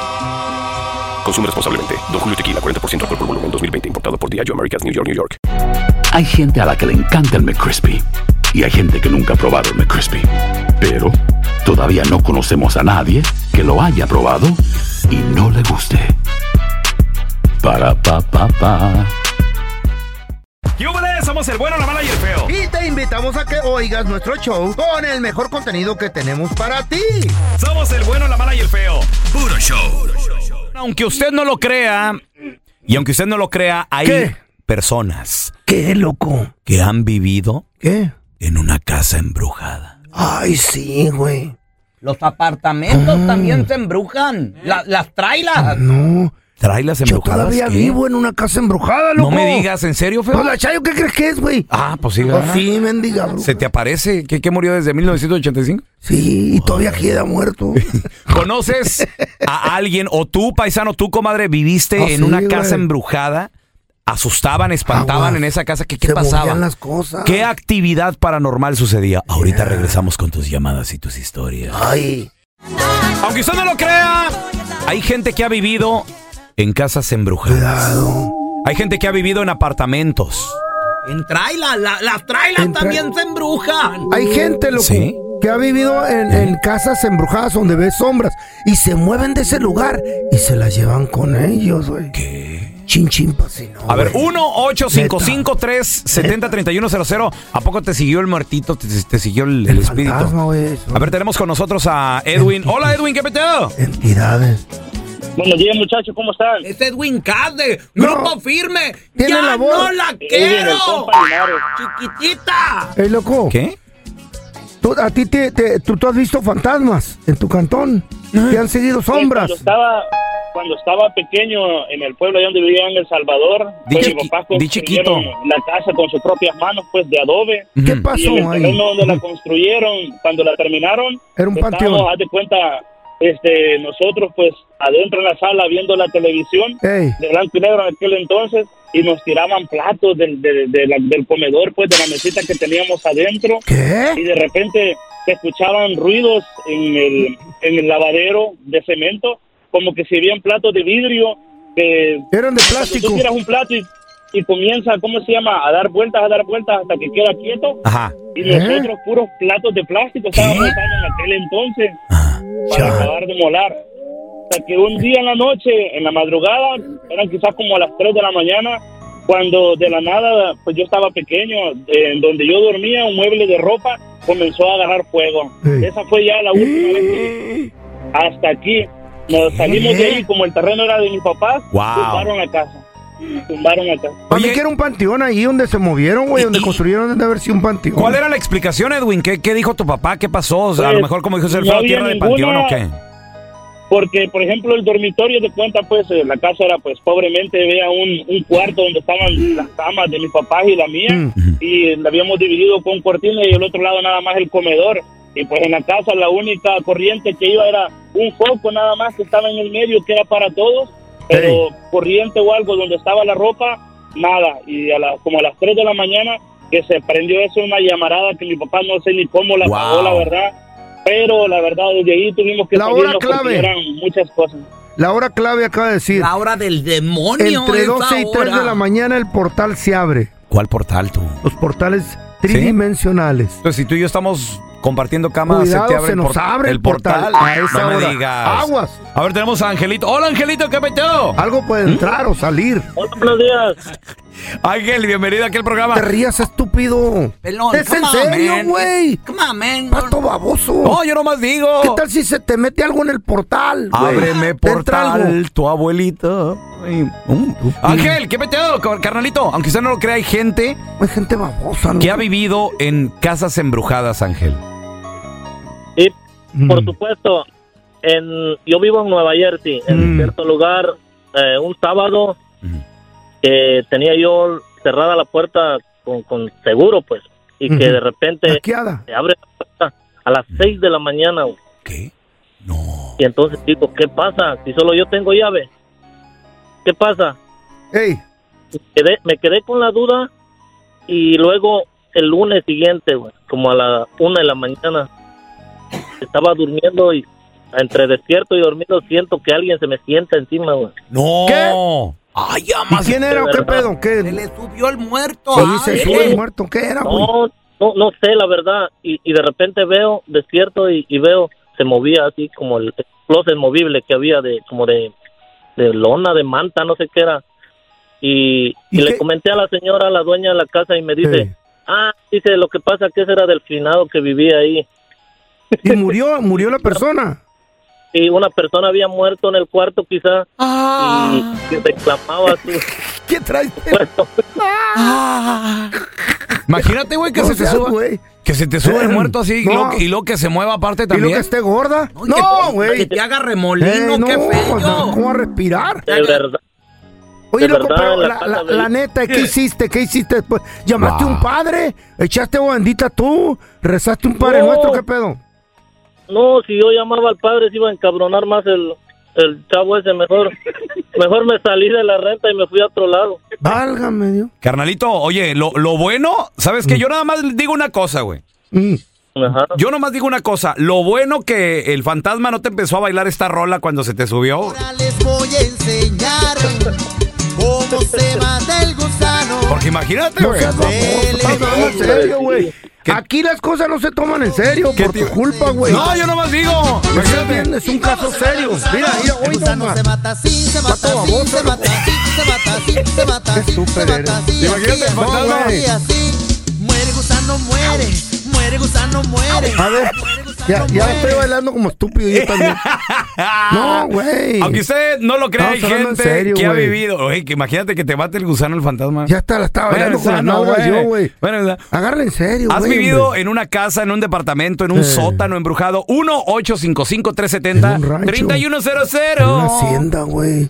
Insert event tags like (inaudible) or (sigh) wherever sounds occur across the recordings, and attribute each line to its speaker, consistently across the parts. Speaker 1: Consume responsablemente. Don Julio Tequila, 40% alcohol por volumen 2020, importado por Diageo Americas, New York, New York.
Speaker 2: Hay gente a la que le encanta el McCrispy y hay gente que nunca ha probado el McCrispy. Pero todavía no conocemos a nadie que lo haya probado y no le guste. Para pa pa pa.
Speaker 3: ¡Yúbales! Somos el bueno, la mala y el feo.
Speaker 4: Y te invitamos a que oigas nuestro show con el mejor contenido que tenemos para ti.
Speaker 3: Somos el bueno, la mala y el feo.
Speaker 5: Puro show.
Speaker 3: Aunque usted no lo crea, y aunque usted no lo crea, hay personas
Speaker 4: ¿Qué, loco?
Speaker 3: que han vivido
Speaker 4: ¿Qué?
Speaker 3: en una casa embrujada.
Speaker 4: Ay, sí, güey.
Speaker 6: Los apartamentos
Speaker 4: Ah.
Speaker 6: también se embrujan. La- las trailas.
Speaker 4: No.
Speaker 3: Trailas
Speaker 4: Yo
Speaker 3: embrujadas.
Speaker 4: todavía
Speaker 3: ¿qué?
Speaker 4: vivo en una casa embrujada,
Speaker 3: No
Speaker 4: loco.
Speaker 3: me digas, ¿en serio, feo?
Speaker 4: Pues la Chayo, ¿qué crees que es, güey?
Speaker 3: Ah, pues sí,
Speaker 4: Pues
Speaker 3: ¿verdad?
Speaker 4: sí, mendiga, bruja.
Speaker 3: ¿Se te aparece? ¿Qué, qué murió desde 1985?
Speaker 4: Sí, y todavía
Speaker 3: (laughs)
Speaker 4: queda muerto.
Speaker 3: ¿Conoces a alguien o tú, paisano, tú, comadre, viviste
Speaker 4: Ah,
Speaker 3: en
Speaker 4: sí,
Speaker 3: una
Speaker 4: güey.
Speaker 3: casa embrujada? ¿Asustaban, espantaban
Speaker 4: Aguas.
Speaker 3: en esa casa? ¿Qué, qué
Speaker 4: Se
Speaker 3: pasaba?
Speaker 4: movían las cosas.
Speaker 3: ¿Qué actividad paranormal sucedía? Ahorita regresamos con tus llamadas y tus historias.
Speaker 4: Ay.
Speaker 3: Aunque usted no lo crea, hay gente que ha vivido en casas embrujadas. Hay gente que ha vivido en apartamentos.
Speaker 6: En trailas. la- las trailas
Speaker 4: En tra-
Speaker 6: también se embrujan.
Speaker 4: Hay gente, loco,
Speaker 3: Sí.
Speaker 4: que ha vivido en, en casas embrujadas donde ve sombras y se mueven de ese lugar y se las llevan con ellos, güey.
Speaker 3: ¿Qué?
Speaker 4: Chin, chin, pa' si no,
Speaker 3: A ver,
Speaker 4: güey.
Speaker 3: 1-855-370-3100. ¿A poco te siguió el muertito? ¿Te, te siguió el, el espíritu?
Speaker 4: Fantasma, güey. son
Speaker 3: A ver, tenemos con nosotros a
Speaker 4: (laughs)
Speaker 3: Edwin. Hola, Edwin, ¿qué peteo?
Speaker 4: Entidades.
Speaker 7: Buenos días, muchachos, ¿cómo están?
Speaker 6: Ese es Wincade. Grupo firme.
Speaker 4: Tiene
Speaker 6: ya
Speaker 4: la voz.
Speaker 6: no la
Speaker 7: Edwin, el
Speaker 6: quiero.
Speaker 7: compa Linares.
Speaker 6: Chiquitita.
Speaker 4: Ey, loco.
Speaker 3: ¿Qué?
Speaker 4: ¿Tú, a ti te, te- tú, tú has visto fantasmas en tu cantón. Te han seguido sombras.
Speaker 7: Cuando estaba, cuando estaba pequeño en el pueblo allá donde vivía en El Salvador,
Speaker 3: Di
Speaker 7: pues,
Speaker 3: chiqui-
Speaker 7: mis papás
Speaker 3: di chiquito.
Speaker 7: construyeron la casa con sus propias manos, pues de adobe.
Speaker 4: ¿Qué
Speaker 3: Ujú.
Speaker 7: Y en el
Speaker 4: pasó ahí?
Speaker 7: terreno donde la construyeron, cuando la terminaron,
Speaker 4: Era un panteón.
Speaker 7: estábamos, haz de cuenta, este, nosotros pues adentro en la sala viendo la televisión,
Speaker 4: Ey.
Speaker 7: de blanco y negro en aquel entonces, y nos tiraban platos del, de- de la- del comedor, pues de la mesita que teníamos adentro. y
Speaker 4: ¿Qué?
Speaker 7: de repente se escuchaban ruidos en el, en el lavadero de cemento, como que si habían platos de vidrio, que
Speaker 4: Eran de
Speaker 7: cuando tú
Speaker 4: plástico.
Speaker 7: tiras un plato y, y comienza, ¿cómo se llama?, a dar vueltas, a dar vueltas hasta que queda quieto,
Speaker 3: Ajá.
Speaker 7: y
Speaker 4: ¿Eh?
Speaker 7: nosotros puros platos de plástico estábamos usando en aquel entonces
Speaker 3: Ah.
Speaker 7: para
Speaker 4: Ya.
Speaker 7: acabar de molar. Hasta que un día en la noche, en la madrugada, eran quizás como a las 3 de la mañana, cuando de la nada, pues yo estaba pequeño, eh, en donde yo dormía, un mueble de ropa comenzó a agarrar fuego.
Speaker 4: Sí. ¿Eh?
Speaker 7: Esa fue ya la última vez que hasta aquí. Nos salimos de ahí, como el terreno era de mis papás,
Speaker 3: Wow.
Speaker 7: tumbaron la casa. Tumbaron la casa.
Speaker 4: (gasps) Para mí
Speaker 3: Oye.
Speaker 4: que era un panteón ahí donde se movieron, güey, donde
Speaker 3: ¿Y- y-
Speaker 4: construyeron de haber sido un panteón.
Speaker 3: ¿Cuál era la explicación, Edwin? ¿Qué, qué dijo tu papá? ¿Qué pasó? O sea, a
Speaker 7: Pues,
Speaker 3: lo mejor, como dijo el
Speaker 7: no
Speaker 3: feo,
Speaker 7: había
Speaker 3: tierra de
Speaker 7: ninguna-
Speaker 3: panteón o qué.
Speaker 7: Porque, por ejemplo, el dormitorio de cuenta, pues, eh, la casa era, pues, pobremente, había un, un cuarto donde estaban las camas de mis papás y la mía, y la habíamos dividido con cortina y el otro lado nada más el comedor. Y pues en la casa la única corriente que iba era un foco nada más que estaba en el medio, que era para todos, pero corriente o algo donde estaba la ropa, nada. Y a la- como a las 3 de la mañana que se prendió eso, una llamarada que mi papá no sé ni cómo la
Speaker 3: Wow.
Speaker 7: pagó, la verdad. Pero la verdad, desde ahí tuvimos que
Speaker 4: La hora
Speaker 7: salirnos
Speaker 4: clave.
Speaker 7: porque eran muchas cosas.
Speaker 4: La hora clave acaba de decir.
Speaker 6: La hora del demonio.
Speaker 4: Entre
Speaker 6: esa
Speaker 4: 12 y 3
Speaker 6: hora.
Speaker 4: de la mañana el portal se abre.
Speaker 3: ¿Cuál portal tú?
Speaker 4: Los portales tridimensionales.
Speaker 3: Entonces, si tú y yo estamos compartiendo cama,
Speaker 4: Cuidado,
Speaker 3: se te abre
Speaker 4: se
Speaker 3: el,
Speaker 4: nos
Speaker 3: por-
Speaker 4: abre
Speaker 3: el portal.
Speaker 4: a esa
Speaker 3: no me
Speaker 4: hora.
Speaker 3: digas.
Speaker 4: Aguas.
Speaker 3: A ver, tenemos a Angelito. Hola, Angelito, ¿qué peteo?
Speaker 4: Algo puede entrar o salir.
Speaker 7: Hola, buenos días.
Speaker 3: Ángel, bienvenido aquí al programa.
Speaker 4: Te rías, estúpido.
Speaker 8: Pelón,
Speaker 4: es en
Speaker 8: come on,
Speaker 4: serio,
Speaker 8: man.
Speaker 4: güey.
Speaker 8: Come on, man.
Speaker 4: Pato baboso.
Speaker 3: No, yo nomás digo.
Speaker 4: ¿Qué tal si se te mete algo en el portal? güey?
Speaker 3: Ábreme
Speaker 4: ¿Te entra algo?
Speaker 3: portal, tu abuelita. Ay, um, uh, Ángel, qué peteado, car- carnalito. Aunque usted no lo crea, hay gente
Speaker 4: Hay gente babosa. ¿no?
Speaker 3: que ha vivido en casas embrujadas, Ángel.
Speaker 5: Sí, por
Speaker 4: Mm.
Speaker 5: supuesto. En, yo vivo en Nueva Jersey, en
Speaker 4: Mm.
Speaker 5: cierto lugar. eh, un sábado
Speaker 3: Ujú.
Speaker 5: que tenía yo cerrada la puerta con, con seguro, pues, y que
Speaker 4: Ujú.
Speaker 5: de repente
Speaker 4: Hackeada.
Speaker 5: se abre la puerta a las 6 de la mañana. güey.
Speaker 3: ¿Qué? No.
Speaker 5: Y entonces digo, ¿qué pasa? Si solo yo tengo llave. ¿Qué pasa?
Speaker 4: Ey,
Speaker 5: Quedé- me quedé con la duda y luego el lunes siguiente, güey, como a la una de la mañana, estaba durmiendo y entre despierto y dormido siento que alguien se me sienta encima, güey.
Speaker 3: No.
Speaker 4: ¿Qué?
Speaker 3: Ay, ya
Speaker 4: ¿y
Speaker 3: más.
Speaker 4: quién era o qué
Speaker 5: verdad.
Speaker 4: pedo? ¿Qué? Pues
Speaker 8: Se le subió el muerto.
Speaker 4: Oye, se
Speaker 8: ay.
Speaker 4: sube el muerto. ¿Qué era, güey?
Speaker 5: No, no, no sé la verdad. Y, y de repente veo, despierto y, y veo, se movía así como el closet movible que había de como de, de lona, de manta, no sé qué era. Y,
Speaker 4: ¿Y
Speaker 5: y
Speaker 4: qué?
Speaker 5: le comenté a la señora, a la dueña de la casa, y me dice,
Speaker 4: Ey.
Speaker 5: ah, dice, lo que pasa que ese era del finado que vivía ahí.
Speaker 4: Y murió, murió la persona.
Speaker 5: Y una persona había muerto en el cuarto quizá y, y reclamaba su
Speaker 4: ¿Qué traes?
Speaker 5: puesto.
Speaker 3: Imagínate, güey, que
Speaker 4: No
Speaker 3: se te
Speaker 4: seas,
Speaker 3: suba.
Speaker 4: güey.
Speaker 3: Que se te suba el
Speaker 4: Eh,
Speaker 3: muerto así y
Speaker 4: no.
Speaker 3: luego- y luego que se mueva aparte
Speaker 4: ¿Y lo que
Speaker 3: también.
Speaker 4: esté gorda?
Speaker 8: Oye,
Speaker 4: No,
Speaker 8: que- Que
Speaker 4: güey.
Speaker 8: te haga
Speaker 4: Eh,
Speaker 8: remolino,
Speaker 4: no,
Speaker 8: qué
Speaker 4: o sea,
Speaker 8: feo.
Speaker 4: ¿cómo va a respirar?
Speaker 5: De verdad.
Speaker 4: Oye,
Speaker 5: De
Speaker 4: loco,
Speaker 5: verdad,
Speaker 4: pero
Speaker 5: en la
Speaker 4: la,
Speaker 5: casa
Speaker 4: la-
Speaker 5: de-
Speaker 4: la neta, ¿qué hiciste? ¿Qué hiciste después? ¿Llamaste a un
Speaker 3: Wow.
Speaker 4: padre? ¿Echaste bendita tú? ¿Rezaste un padre
Speaker 5: No.
Speaker 4: nuestro? ¿Qué pedo?
Speaker 5: No, si yo llamaba al padre se iba a encabronar más el, el chavo ese. Mejor, mejor me salí de la renta y me fui a otro lado.
Speaker 4: Válgame Dios.
Speaker 3: Carnalito, oye, lo, lo bueno, ¿sabes qué? Yo nada más digo una cosa, güey.
Speaker 4: Mm.
Speaker 5: Ajá.
Speaker 3: Yo nomás digo una cosa. Lo bueno que el fantasma no te empezó a bailar esta rola cuando se te subió.
Speaker 9: Les voy a enseñar cómo se mata el gusano.
Speaker 3: Porque imagínate,
Speaker 4: No
Speaker 3: güey.
Speaker 4: seas baboso, estás hablando en serio, güey.
Speaker 3: ¿Qué-
Speaker 4: Aquí las cosas no se toman en serio
Speaker 3: ¿Qué
Speaker 4: por
Speaker 3: te-
Speaker 4: tu culpa, güey.
Speaker 3: No, yo nomás digo.
Speaker 4: ¿Me
Speaker 3: Imagínate.
Speaker 4: entiendes? Es un caso serio. Mira, mira,
Speaker 9: El
Speaker 4: hoy
Speaker 9: gusano
Speaker 4: nomás.
Speaker 9: se mata así, se mata
Speaker 4: Pato
Speaker 9: así,
Speaker 4: baboso,
Speaker 9: se mata así, se mata así, se mata
Speaker 4: Qué
Speaker 9: así, se
Speaker 4: súper eres.
Speaker 9: mata así,
Speaker 3: Imagínate,
Speaker 9: así, así,
Speaker 3: fantasma.
Speaker 9: así, así. Muere gusano, muere, muere gusano, muere.
Speaker 4: A ver,
Speaker 9: Muere gusano,
Speaker 4: ya, ya
Speaker 9: muere.
Speaker 4: estoy bailando como estúpido yo también. No, güey.
Speaker 3: Aunque usted no lo crea, hay
Speaker 4: Estamos hablando en
Speaker 3: gente
Speaker 4: serio,
Speaker 3: que ha
Speaker 4: güey.
Speaker 3: vivido. Oye, que imagínate que te mate el gusano el fantasma.
Speaker 4: Ya está, la estaba
Speaker 3: Bueno,
Speaker 4: bailando con las
Speaker 3: sano,
Speaker 4: nalgas
Speaker 3: güey.
Speaker 4: yo, güey.
Speaker 3: Bueno, sano.
Speaker 4: Agarra en serio,
Speaker 3: Has
Speaker 4: güey, Eh.
Speaker 3: vivido
Speaker 4: hombre.
Speaker 3: en una casa, en un departamento, en un
Speaker 4: Sí.
Speaker 3: sótano embrujado. 1-855-370-3100.
Speaker 4: En un rancho. En una hacienda, güey.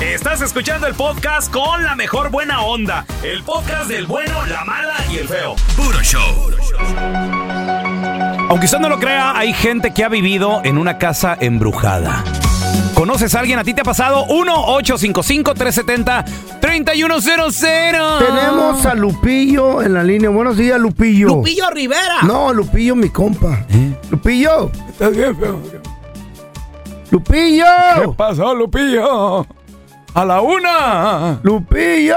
Speaker 1: Estás escuchando el podcast con la mejor buena onda. El podcast del bueno, la mala y el feo. Puro show.
Speaker 3: Aunque usted no lo crea, hay gente que ha vivido en una casa embrujada. ¿Conoces a alguien? ¿A ti te ha pasado? 1-855-370-3100.
Speaker 4: Tenemos a Lupillo en la línea. Buenos días, Lupillo.
Speaker 8: Ah. Lupillo Rivera.
Speaker 4: No, Lupillo, mi compa.
Speaker 3: ¿Eh?
Speaker 4: Lupillo,
Speaker 3: ¿Qué
Speaker 4: Lupillo.
Speaker 3: pasó, Lupillo? A la una.
Speaker 4: ¡Lupillo!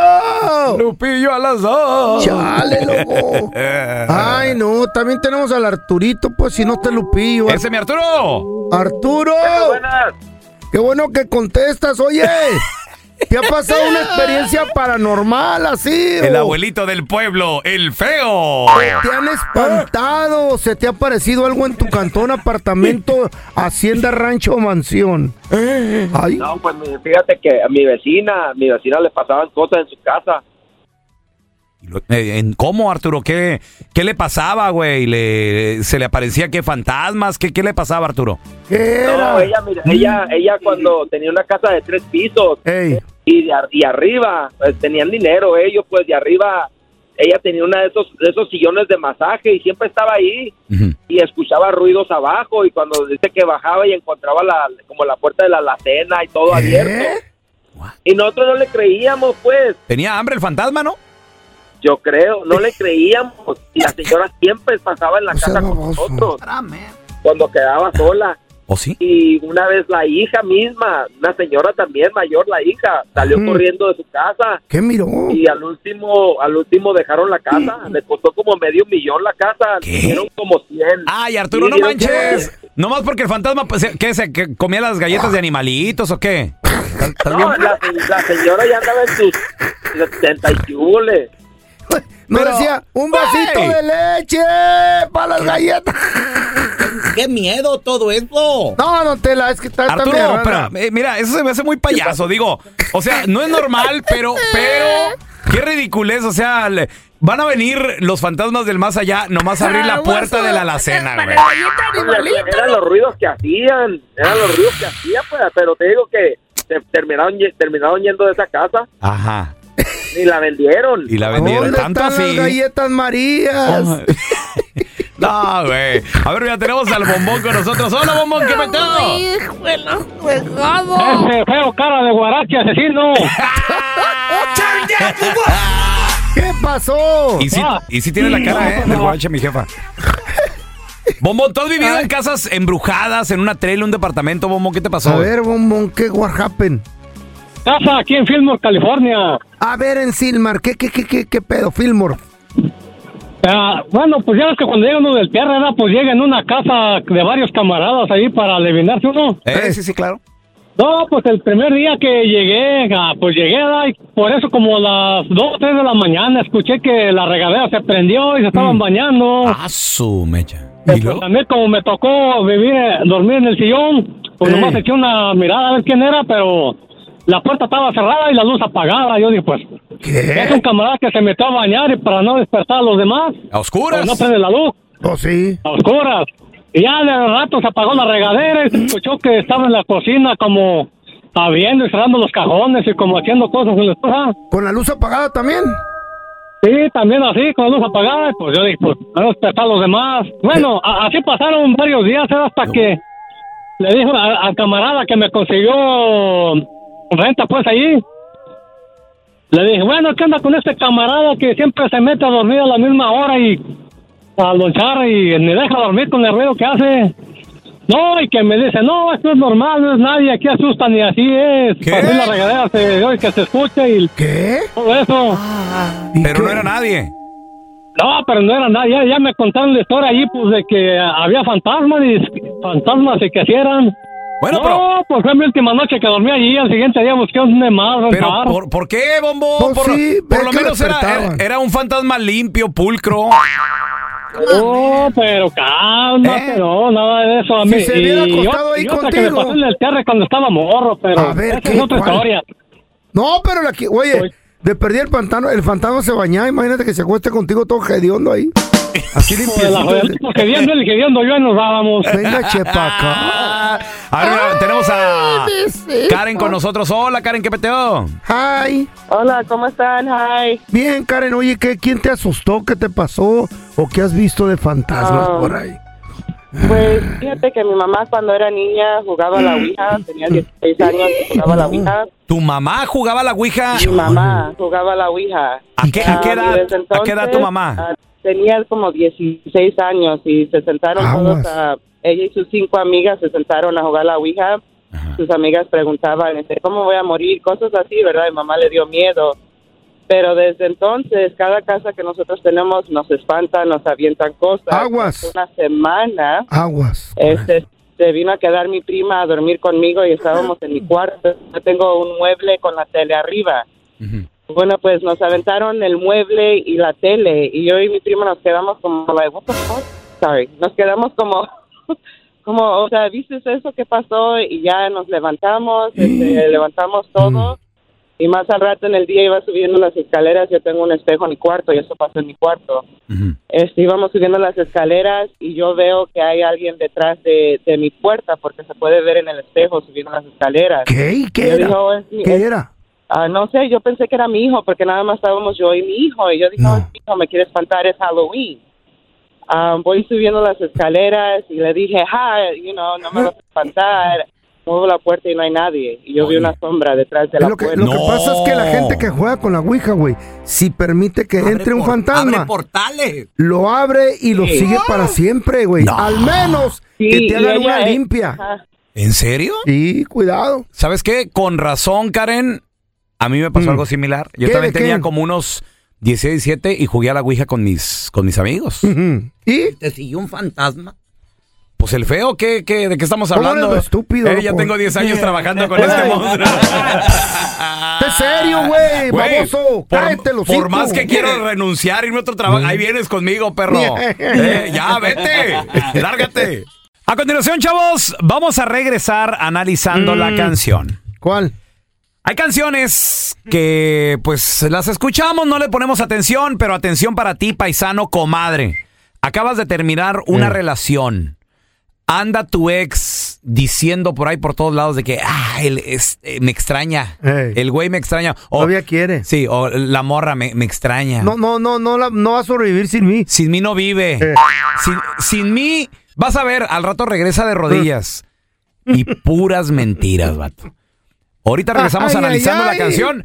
Speaker 3: ¡Lupillo a las dos! Eh.
Speaker 4: ¡Chale,
Speaker 3: (laughs)
Speaker 4: loco!
Speaker 6: Ah,
Speaker 4: Ay, no, también tenemos al Arturito, pues si no está Lupillo.
Speaker 3: ¡Ese mi Arturo!
Speaker 4: ¡Arturo! ¡Qué bueno que contestas, oye! ¿Te ha pasado una experiencia paranormal así?
Speaker 3: El
Speaker 4: o
Speaker 3: abuelito del pueblo, el feo.
Speaker 4: ¿Te han espantado? ¿Se te ha parecido algo en tu cantón,
Speaker 3: (laughs)
Speaker 4: apartamento, hacienda, rancho o mansión? Ay.
Speaker 10: No, pues mi- fíjate que a mi vecina, mi vecina le pasaban cosas en su casa.
Speaker 3: Eh, ¿en ¿Cómo, Arturo? ¿Qué, qué le pasaba, güey? ¿Le, ¿Se le aparecía que fantasmas? ¿Qué, ¿Qué le pasaba, Arturo?
Speaker 10: No, ella, mira, ella, ella cuando tenía una casa de tres pisos y, de ar- y arriba, pues, tenían dinero ellos, pues de arriba, ella tenía una de esos, de esos sillones de masaje y siempre estaba ahí y escuchaba ruidos abajo y cuando dice que bajaba y encontraba la, como la puerta de la alacena y todo abierto. Y nosotros no le creíamos, pues.
Speaker 3: ¿Tenía hambre el fantasma, no?
Speaker 10: Yo creo, no le creíamos. Y la señora siempre pasaba en la casa con nosotros. Cuando quedaba sola.
Speaker 3: ¿O sí?
Speaker 10: Y una vez la hija misma, una señora también mayor, la hija, salió
Speaker 4: Ujú.
Speaker 10: corriendo de su casa.
Speaker 4: ¿Qué miró?
Speaker 10: Y al último, al último dejaron la casa. Le costó como medio millón la casa. Le dieron como 100.
Speaker 3: Ay, Arturo, no manches. Nomás porque el fantasma, pues, ¿qué? ¿Se que comía las galletas de animalitos o qué?
Speaker 10: No, la, la señora ya andaba en sus 70 y chule.
Speaker 4: Me decía, un vasito
Speaker 10: ¡Ey!
Speaker 4: de leche para las galletas. (laughs)
Speaker 6: ¡Qué miedo todo esto!
Speaker 4: No, no, Tela, es que está está
Speaker 3: Arturo,
Speaker 4: media rara.
Speaker 3: pero, eh, mira, eso se me hace muy payaso, digo. O sea, no es normal, pero, pero, qué ridiculez. O sea, le- van a venir los fantasmas del más allá, nomás a
Speaker 4: Ah,
Speaker 3: abrir la puerta de la alacena, güey.
Speaker 10: Eran los ruidos que hacían, eran los ruidos que hacían, pues, pero te digo que se terminaron, ye- terminaron yendo de esa casa
Speaker 3: Ajá.
Speaker 10: y la vendieron.
Speaker 3: Y la vendieron
Speaker 4: ¿Dónde
Speaker 3: tanto
Speaker 4: están las
Speaker 3: así.
Speaker 4: galletas Marías?
Speaker 3: (laughs) No, güey. A ver, ya tenemos al bombón con nosotros. Hola, bombón, ¿qué meteo?
Speaker 9: Ese feo cara de guarache asesino.
Speaker 4: ¿Qué pasó?
Speaker 3: Y sí, y sí tiene la cara, ¿eh? Del guache, mi jefa. Bombón, ¿tú has
Speaker 4: Ah.
Speaker 3: vivido en casas embrujadas, en una trela, un departamento, bombón? ¿Qué te pasó?
Speaker 4: A
Speaker 3: güey?
Speaker 4: ver, bombón, ¿qué what happened?
Speaker 9: Casa aquí en Fillmore, California.
Speaker 4: A ver, en Silmar, ¿qué, qué, qué, qué, qué pedo, Fillmore?
Speaker 9: Ah, bueno, pues ya ves que cuando llega uno del PR, ¿verdad? pues llega en una casa de varios camaradas ahí para alivinarse uno.
Speaker 3: Eh, sí, sí, claro.
Speaker 9: No, pues el primer día que llegué, ah, pues llegué, ¿verdad? y por eso como a las 2 o 3 de la mañana escuché que la regadera se prendió y se estaban bañando.
Speaker 3: A su mecha.
Speaker 9: Pues, a mí como me tocó vivir, eh, dormir en el sillón, pues nomás eché una mirada a ver quién era, pero la puerta estaba cerrada y la luz apagada. Yo dije, pues, es un camarada que se metió a bañar y para no despertar a los demás.
Speaker 3: ¿A oscuras?
Speaker 9: pues, no prende la luz.
Speaker 4: Oh, sí.
Speaker 9: A oscuras. Y ya de rato se apagó la regadera y se escuchó que estaba en la cocina como abriendo y cerrando los cajones y como haciendo cosas en la esposa.
Speaker 4: ¿Con la luz apagada también?
Speaker 9: Sí, también así, con la luz apagada. y Pues yo dije, pues, no despertar a los demás. Bueno, a- así pasaron varios días era hasta que le dijo a- al camarada que me consiguió renta, pues, allí. Le dije, bueno, ¿qué onda con este camarada que siempre se mete a dormir a la misma hora y a lonchar y me deja dormir con el ruido que hace? No, y que me dice, no, esto es normal, no es nadie, aquí asustan y así es. ¿Qué? la regadera se oye que se escucha y
Speaker 4: ¿Qué?
Speaker 9: todo eso.
Speaker 3: Pero no era nadie.
Speaker 9: No, pero no era nadie. Ya, ya me contaron la historia allí, pues, de que había fantasmas y fantasmas y que hicieran.
Speaker 3: Bueno,
Speaker 9: no, pues fue mi última noche que dormí allí. Al siguiente día busqué un más
Speaker 3: Pero, ¿por, por qué, bombón?
Speaker 9: Pues
Speaker 3: por
Speaker 9: sí,
Speaker 3: por
Speaker 9: es
Speaker 3: lo
Speaker 9: que
Speaker 3: menos era,
Speaker 9: despertaban.
Speaker 3: era- era un fantasma limpio, pulcro.
Speaker 9: Ah. Oh, pero cálmate, no, nada de eso. A
Speaker 3: Eh. Si
Speaker 9: mí.
Speaker 3: se hubiera
Speaker 9: y
Speaker 3: acostado
Speaker 9: otra-
Speaker 3: ahí
Speaker 9: y otra que me
Speaker 3: contigo.
Speaker 9: pasó en el terre cuando estaba morro, pero
Speaker 4: A ver,
Speaker 9: esa
Speaker 4: ¿qué?
Speaker 9: es otra
Speaker 4: ¿Cuál?
Speaker 9: historia.
Speaker 4: No, pero la que,
Speaker 9: Pues-
Speaker 4: oye, de perdí el pantano, el fantasma se bañaba, imagínate que se acueste contigo todo hediondo
Speaker 3: (laughs)
Speaker 4: ahí. Así
Speaker 9: Hijo de la (laughs)
Speaker 4: limpiecito.
Speaker 9: joder, porque viendo el que viendo yo nos dábamos.
Speaker 4: Venga, chepa acá.
Speaker 3: Ah, A ver,
Speaker 9: Ah,
Speaker 3: tenemos a
Speaker 4: mis hijos.
Speaker 3: Karen con nosotros. Hola, Karen, ¿qué peteo?
Speaker 4: Hi.
Speaker 11: Hola, ¿cómo están? Hi.
Speaker 4: Bien, Karen, oye, ¿qué, ¿quién te asustó? ¿Qué te pasó? ¿O qué has visto de fantasmas
Speaker 11: Ah.
Speaker 4: por ahí?
Speaker 11: Pues fíjate que mi mamá cuando era niña jugaba a la Ouija, tenía 16 años y jugaba a la Ouija.
Speaker 3: ¿Tu mamá jugaba a la Ouija?
Speaker 11: Mi mamá jugaba a la Ouija.
Speaker 3: ¿A qué, a qué
Speaker 11: Ah, y
Speaker 3: edad,
Speaker 11: desde
Speaker 3: ¿a qué edad tu
Speaker 11: entonces,
Speaker 3: mamá?
Speaker 11: ah, tenía como 16 años y se sentaron todos, a, ella y sus cinco amigas se sentaron a jugar a la Ouija. sus amigas preguntaban, este, ¿cómo voy a morir? Cosas así, ¿verdad? Mi mamá le dio miedo. Pero desde entonces, cada casa que nosotros tenemos nos espanta, nos avientan cosas.
Speaker 4: Aguas.
Speaker 11: Hace Una semana
Speaker 4: Aguas.
Speaker 11: este, se vino a quedar mi prima a dormir conmigo y estábamos en mi cuarto. Yo tengo un mueble con la tele arriba. Bueno, pues nos aventaron el mueble y la tele y yo y mi prima nos quedamos como, like, what the fuck? Sorry, nos quedamos como, (laughs) como, o sea, ¿viste eso que pasó? Y ya nos levantamos, este, levantamos todo y más al rato en el día iba subiendo las escaleras, yo tengo un espejo en mi cuarto y eso pasó en mi cuarto. Este, íbamos subiendo las escaleras y yo veo que hay alguien detrás de, de mi puerta porque se puede ver en el espejo subiendo las escaleras.
Speaker 4: ¿Qué? ¿Qué
Speaker 11: Yo
Speaker 4: era?
Speaker 11: digo, es mi-
Speaker 4: ¿Qué
Speaker 11: es-
Speaker 4: era?
Speaker 11: Ah, no sé, yo pensé que era mi hijo, porque nada más estábamos yo y mi hijo. Y yo dije, "Oh, mi hijo me quiere espantar, es Halloween. Ah, voy subiendo las escaleras y le dije, hi, you know, no me vas a espantar. Muevo la puerta y no hay nadie. Y yo vi una sombra detrás de la
Speaker 4: Lo que,
Speaker 11: puerta.
Speaker 4: lo que pasa es que la gente que juega con la Ouija, güey, si permite que entre un fantasma,
Speaker 6: portales.
Speaker 4: lo abre y lo
Speaker 6: Sí.
Speaker 4: sigue para siempre, güey. Al menos que te hagan una limpia.
Speaker 3: ¿En serio?
Speaker 4: Sí, cuidado.
Speaker 3: ¿Sabes qué? Con razón, Karen, a mí me pasó algo similar. Yo
Speaker 4: Mm. ¿Qué,
Speaker 3: también
Speaker 4: de
Speaker 3: tenía
Speaker 4: qué?
Speaker 3: como unos 16, 17 y jugué a la Ouija con mis, con mis amigos.
Speaker 4: ¿Y?
Speaker 6: ¿Te siguió Este un fantasma?
Speaker 3: Pues el feo, ¿qué, qué, ¿de qué estamos
Speaker 6: ¿Cómo
Speaker 3: hablando?
Speaker 6: eres estúpido,
Speaker 3: Eh, ya
Speaker 6: loco?
Speaker 3: tengo 10 años trabajando con este
Speaker 6: Ey.
Speaker 4: (laughs)
Speaker 3: monstruo.
Speaker 4: ¿En serio, güey?
Speaker 3: Güey,
Speaker 4: Baboso, cállate los
Speaker 3: Por más que quiero renunciar, irme a otro trabajo, ahí vienes conmigo, perro. Eh, ya, vete, lárgate. A continuación, chavos, vamos a regresar analizando la
Speaker 4: Mm.
Speaker 3: canción.
Speaker 4: ¿Cuál?
Speaker 3: Hay canciones que pues las escuchamos, no le ponemos atención, pero atención para ti, paisano, comadre. Acabas de terminar una relación. Anda tu ex diciendo por ahí por todos lados de que ah, él es- eh, me extraña. El güey me extraña. O, Todavía
Speaker 4: quiere.
Speaker 3: Sí, o la morra me, me extraña.
Speaker 4: No, no, no, no, la- no va a sobrevivir sin mí.
Speaker 3: Sin mí no vive. Sin, sin mí, vas a ver, al rato regresa de rodillas.
Speaker 4: Mm.
Speaker 3: Y puras mentiras, vato. Ahorita
Speaker 4: Ah,
Speaker 3: regresamos
Speaker 1: Ay,
Speaker 3: analizando
Speaker 1: ay,
Speaker 3: la
Speaker 1: ay.
Speaker 3: canción.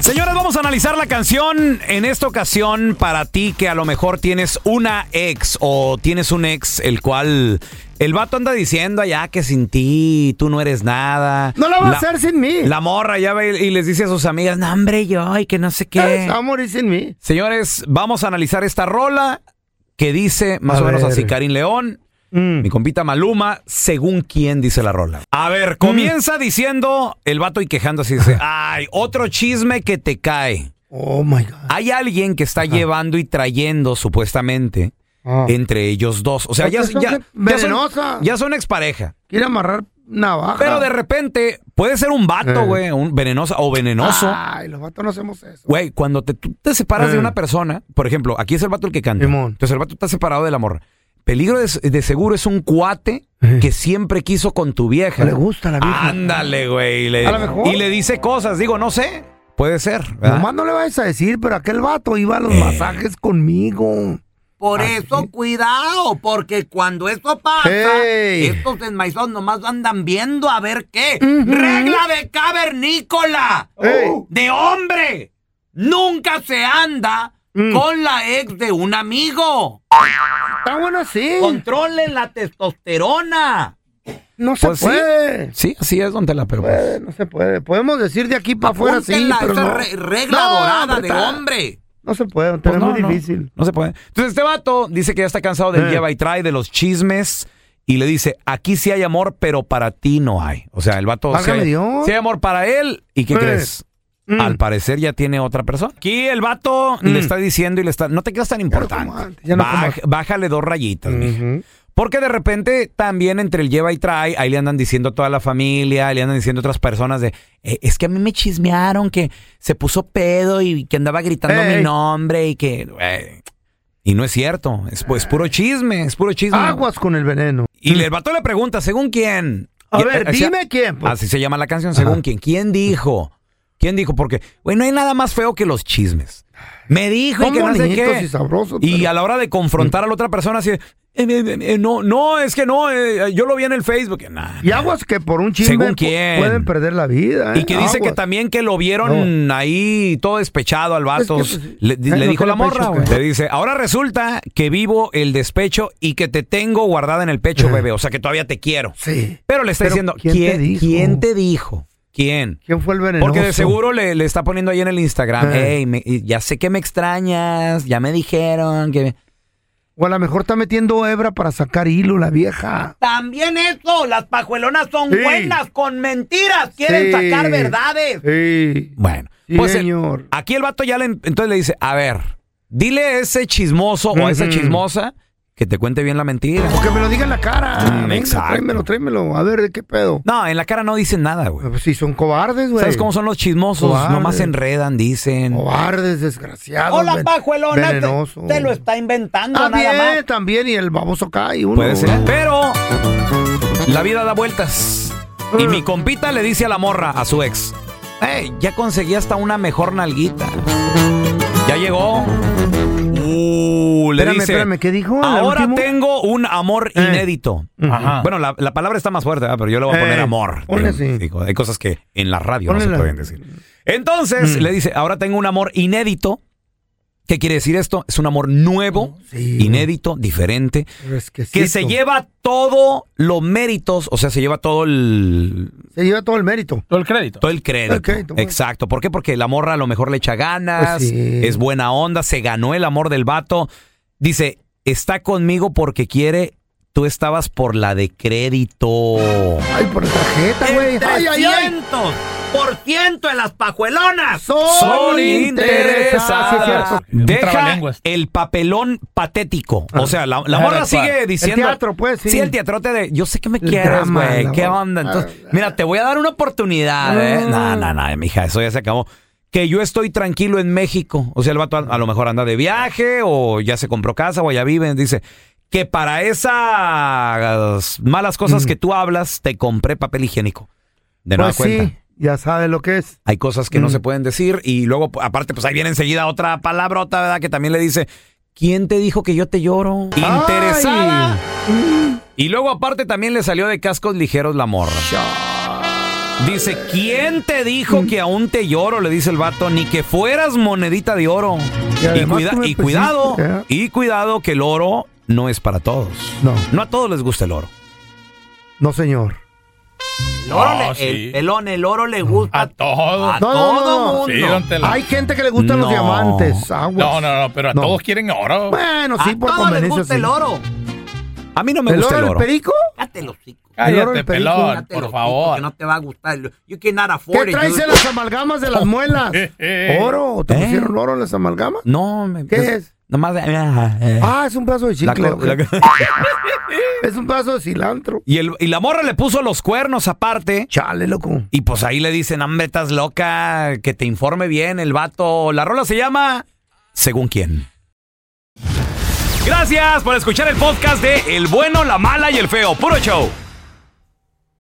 Speaker 3: Señores, vamos a analizar la canción en esta ocasión para ti que a lo mejor tienes una ex o tienes un ex el cual el vato anda diciendo allá que sin ti tú no eres nada.
Speaker 4: No la va a hacer sin mí.
Speaker 3: La morra ya ve y les dice a sus amigas, no hombre, yo y que no sé
Speaker 4: Eh,
Speaker 3: qué.
Speaker 4: se va a morir sin mí.
Speaker 3: Señores, vamos a analizar esta rola que dice más
Speaker 4: A
Speaker 3: o menos
Speaker 4: ver.
Speaker 3: así Karim León,
Speaker 4: Mm.
Speaker 3: mi compita Maluma, según quién dice la rola. A
Speaker 4: Mm.
Speaker 3: ver, comienza diciendo el vato y quejándose
Speaker 4: (laughs)
Speaker 3: dice, "Ay, otro chisme que te cae."
Speaker 4: Oh my God.
Speaker 3: Hay alguien que está llevando y trayendo supuestamente
Speaker 4: Ah.
Speaker 3: entre ellos dos. O sea, ya,
Speaker 4: Porque son
Speaker 3: ya-
Speaker 4: gente
Speaker 3: ya
Speaker 4: venenosa.
Speaker 3: son, ya son expareja.
Speaker 4: Quiere amarrar navaja.
Speaker 3: Pero de repente puede ser un vato,
Speaker 4: Eh. Ah.
Speaker 3: güey, un venenosa o venenoso.
Speaker 4: Ay, los vatos no hacemos eso.
Speaker 3: Güey, cuando te, tú te separas de
Speaker 4: Eh.
Speaker 3: una persona, por ejemplo, aquí es el vato el que canta. Entonces el vato está separado de la morra. Peligro de, de seguro es un cuate que siempre quiso con tu vieja.
Speaker 4: Le gusta Eh. la vieja.
Speaker 3: Ándale, güey. y le-
Speaker 4: A lo mejor.
Speaker 3: Y le dice cosas. Digo, no sé. Puede ser. ¿verdad? Eh.
Speaker 4: Nomás no le vayas a decir, pero aquel vato iba a los masajes conmigo.
Speaker 6: Por
Speaker 2: Ah,
Speaker 6: eso, cuidado, porque cuando eso pasa,
Speaker 4: Ah, Hey.
Speaker 6: estos desmaizados nomás andan viendo a ver qué. ¡Regla de cavernícola!
Speaker 4: eh,
Speaker 6: ¡De hombre! Nunca se anda
Speaker 4: Mm.
Speaker 6: con la ex de un amigo.
Speaker 4: Está bueno, sí.
Speaker 6: Controlen la testosterona.
Speaker 4: No se
Speaker 3: Pues sí.
Speaker 4: puede.
Speaker 3: Sí, así es, don Tela, pero pues-
Speaker 4: Puede, no se puede. Podemos decir de aquí para afuera, sí,
Speaker 6: Apúntenla,
Speaker 4: pero
Speaker 6: esa
Speaker 4: no.
Speaker 6: re- regla
Speaker 4: No,
Speaker 6: dorada
Speaker 4: hombre,
Speaker 6: de
Speaker 4: está-
Speaker 6: hombre.
Speaker 4: No se puede,
Speaker 3: Pues
Speaker 4: es
Speaker 3: no,
Speaker 4: muy
Speaker 3: no,
Speaker 4: difícil.
Speaker 3: No se puede. Entonces este vato dice que ya está cansado del
Speaker 4: Eh.
Speaker 3: lleva y trae, de los chismes. Y le dice, aquí sí hay amor, pero para ti no hay. O sea, el vato... sí
Speaker 4: Válgame
Speaker 3: hay-
Speaker 4: Dios.
Speaker 3: sí hay amor para él. ¿Y qué
Speaker 4: Eh.
Speaker 3: crees? Al parecer ya tiene otra persona. Aquí el vato le está diciendo y le está... No te creas tan importante.
Speaker 4: Mm. ya no
Speaker 3: Baj-
Speaker 4: como antes.
Speaker 3: bájale dos rayitas. mija. Porque de repente también entre el lleva y trae, ahí le andan diciendo a toda la familia, le andan diciendo a otras personas de, "Eh, es que a mí me chismearon que se puso pedo y que andaba gritando
Speaker 4: Ey.
Speaker 3: mi nombre y que... eh, y no es cierto, es, pues puro chisme, es puro chisme.
Speaker 4: Aguas con el veneno.
Speaker 3: Y el vato le pregunta, ¿según quién?
Speaker 4: A
Speaker 3: Y-
Speaker 4: ver,
Speaker 3: así-
Speaker 4: dime quién, pues.
Speaker 3: Así se llama la canción, ¿según quién? ¿Quién dijo? ¿Quién dijo? Porque, güey, no hay nada más feo que los chismes. Me dijo y que no sé
Speaker 4: Bonitos
Speaker 3: qué.
Speaker 4: y sabrosos.
Speaker 3: Y a la hora de confrontar a la otra persona, así, eh, eh, eh, eh, no, no, es que no, eh, yo lo vi en el Facebook. Nah.
Speaker 4: Y aguas ¿eh? que por un chisme
Speaker 3: Según
Speaker 4: pu-
Speaker 3: quién.
Speaker 4: pueden perder la vida.
Speaker 3: Y que dice que también que lo vieron ahí todo despechado al vato.
Speaker 4: Es que,
Speaker 3: le
Speaker 4: ay,
Speaker 3: le
Speaker 4: no
Speaker 3: dijo
Speaker 4: tiene
Speaker 3: la morra,
Speaker 4: pecho,
Speaker 3: güey.
Speaker 4: ¿qué?
Speaker 3: Le dice, ahora resulta que vivo el despecho y que te tengo guardada en el pecho, bebé. O sea que todavía te quiero.
Speaker 4: Sí.
Speaker 3: Pero le está
Speaker 4: Pero
Speaker 3: diciendo,
Speaker 4: ¿quién
Speaker 3: ¿quién,
Speaker 4: te dijo?
Speaker 3: ¿quién te dijo? ¿Quién?
Speaker 4: ¿Quién fue el venenoso?
Speaker 3: Porque de seguro le, le está poniendo ahí en el Instagram.
Speaker 4: Eh.
Speaker 3: "Ey, me- ya sé que me extrañas, ya me dijeron que... me-".
Speaker 4: O a lo mejor está metiendo hebra para sacar hilo la vieja.
Speaker 6: También eso, las pajuelonas son
Speaker 4: Sí.
Speaker 6: buenas con mentiras, quieren
Speaker 3: Sí.
Speaker 6: sacar verdades.
Speaker 3: Pues,
Speaker 4: Sí.
Speaker 3: Bueno, pues el- aquí el vato ya le, entonces le dice, a ver, dile a ese chismoso o a esa
Speaker 4: Ujú.
Speaker 3: chismosa que te cuente bien la mentira.
Speaker 4: Que me lo diga en la cara.
Speaker 3: Mm,
Speaker 4: Venga, pues,
Speaker 3: exacto.
Speaker 4: Tráemelo, tráemelo. A ver, ¿de qué pedo?
Speaker 3: No, en la cara no dicen nada, güey.
Speaker 4: Pues sí, son cobardes, güey.
Speaker 3: ¿Sabes cómo son los chismosos?
Speaker 4: Cobardes.
Speaker 3: Nomás se enredan, dicen.
Speaker 4: Cobardes, desgraciados.
Speaker 6: Hola,
Speaker 4: ven-
Speaker 6: pajuelona, te-
Speaker 4: venenoso. Ah,
Speaker 6: te, lo está inventando nada más.
Speaker 4: También, también. Y el baboso cae. Uno,
Speaker 3: Puede ser.
Speaker 4: uno.
Speaker 3: Pero la vida da vueltas. Y mi compita le dice a la morra, a su ex, "Ey, ya conseguí hasta una mejor nalguita. Ya llegó. Uh, le
Speaker 4: Espérame,
Speaker 3: dice,
Speaker 4: espérame, ¿qué dijo? ¿La
Speaker 3: Ahora
Speaker 4: último?
Speaker 3: tengo un amor
Speaker 4: Eh.
Speaker 3: inédito.
Speaker 4: Ajá.
Speaker 3: Bueno, la, la palabra está más fuerte, ¿verdad? pero yo le voy a poner
Speaker 4: Eh,
Speaker 3: amor.
Speaker 4: ponle
Speaker 3: Digo, digo, hay cosas que en la Mm. radio no
Speaker 4: Ponle
Speaker 3: se
Speaker 4: la-
Speaker 3: pueden decir. Entonces le dice, ahora tengo un amor inédito. ¿Qué quiere decir esto? Es un amor nuevo, inédito, diferente, que se lleva todo los méritos, o sea, se lleva todo el...
Speaker 4: Se lleva todo el mérito.
Speaker 3: Todo el crédito. Todo el crédito. Exacto. ¿Por qué? Porque la morra a lo mejor le echa ganas,
Speaker 4: Pues sí.
Speaker 3: es buena onda, se ganó el amor del vato. Dice, está conmigo porque quiere, tú estabas por la de crédito.
Speaker 4: Ay, por tarjeta, güey. Ay, ay, ay.
Speaker 6: 300% de las pajuelonas
Speaker 4: Son interesadas. Sí, es cierto. Un
Speaker 3: Deja
Speaker 4: trabalenguas.
Speaker 3: el papelón patético. O sea, la, la
Speaker 4: Ah,
Speaker 3: morra
Speaker 4: tal
Speaker 3: sigue
Speaker 4: cual.
Speaker 3: diciendo.
Speaker 4: El teatro, pues, sí.
Speaker 3: el teatrote de. Yo sé que me
Speaker 4: El
Speaker 3: quieres,
Speaker 4: drama,
Speaker 3: güey.
Speaker 4: la
Speaker 3: ¿Qué
Speaker 4: voz.
Speaker 3: onda? Entonces, mira, te voy a dar una oportunidad, ¿eh?
Speaker 4: Ah.
Speaker 3: No, no, no, mija, eso ya se acabó. Que yo estoy tranquilo en México. O sea, el vato a, a lo mejor anda de viaje o ya se compró casa o ya vive. Dice que para esas malas
Speaker 4: Mm.
Speaker 3: cosas que tú hablas, te compré papel higiénico. De nueva
Speaker 4: Pues
Speaker 3: cuenta.
Speaker 4: sí, ya sabe lo que es.
Speaker 3: Hay cosas
Speaker 4: Mm.
Speaker 3: que no se pueden decir y luego, p- aparte, pues ahí viene enseguida otra palabrota, ¿verdad? Que también le dice, ¿quién te dijo que yo te lloro? Interesada.
Speaker 4: Mm.
Speaker 3: Y luego, aparte, también le salió de cascos ligeros la morra. Dice, ¿quién te
Speaker 4: Mm.
Speaker 3: dijo que aún te lloro? Le dice el vato, ni que fueras monedita de oro.
Speaker 4: Y
Speaker 3: Y,
Speaker 4: además
Speaker 3: cuida-
Speaker 4: tú me
Speaker 3: y cuidado,
Speaker 4: pusiste, ¿eh?
Speaker 3: y cuidado que el oro no es para todos.
Speaker 4: No.
Speaker 3: No a todos les gusta el oro.
Speaker 4: No, señor.
Speaker 6: El oro le- el pelón, el oro le gusta a todo, a
Speaker 4: No, no,
Speaker 6: todo
Speaker 4: no.
Speaker 6: mundo.
Speaker 4: Sí, don Tela. Hay gente que le gustan los diamantes, aguas.
Speaker 12: No, no, no, pero a
Speaker 4: No.
Speaker 12: todos quieren oro.
Speaker 4: Bueno, sí, por conveniencia. sí.
Speaker 3: A mí no
Speaker 4: me ¿El gusta oro el el oro. perico?
Speaker 6: Cállate los hocico.
Speaker 4: Cállate, El oro el perico. pelón,
Speaker 6: Cállate
Speaker 12: por
Speaker 6: los
Speaker 12: favor.
Speaker 6: hocico, Que no te va a gustar. You cannot afford
Speaker 4: ¿Qué
Speaker 6: it,
Speaker 4: traes
Speaker 6: dude.
Speaker 4: en las amalgamas de las muelas? ¿Oro? ¿Te
Speaker 3: ¿Eh?
Speaker 4: pusieron oro en las amalgamas?
Speaker 3: No, me-
Speaker 4: ¿Qué es?
Speaker 3: Nomás de- eh,
Speaker 4: Ah, es un pedazo de
Speaker 3: La
Speaker 4: chicle.
Speaker 3: co-
Speaker 4: ok.
Speaker 3: la co-
Speaker 4: Es un pedazo de cilantro.
Speaker 3: Y, el, y la morra le puso los cuernos aparte.
Speaker 4: Chale, loco.
Speaker 3: Y pues ahí le dicen, hombre, estás loca, que te informe bien el vato. La rola se llama Según quién. Gracias por escuchar el podcast de El bueno, la mala y el feo. Puro show.